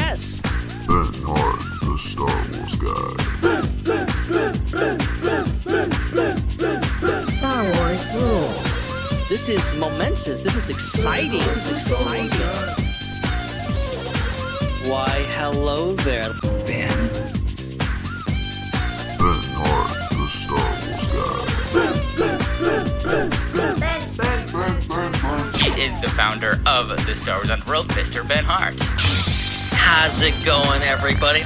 Yes. Ben Hart, the Star Wars guy. Star Wars rules. This is momentous. This is exciting. This is exciting. Why, hello there, Ben. Ben Hart, the Star Wars guy. is the founder of the Star Wars Underworld, Mr. Ben Hart. How's it going, everybody?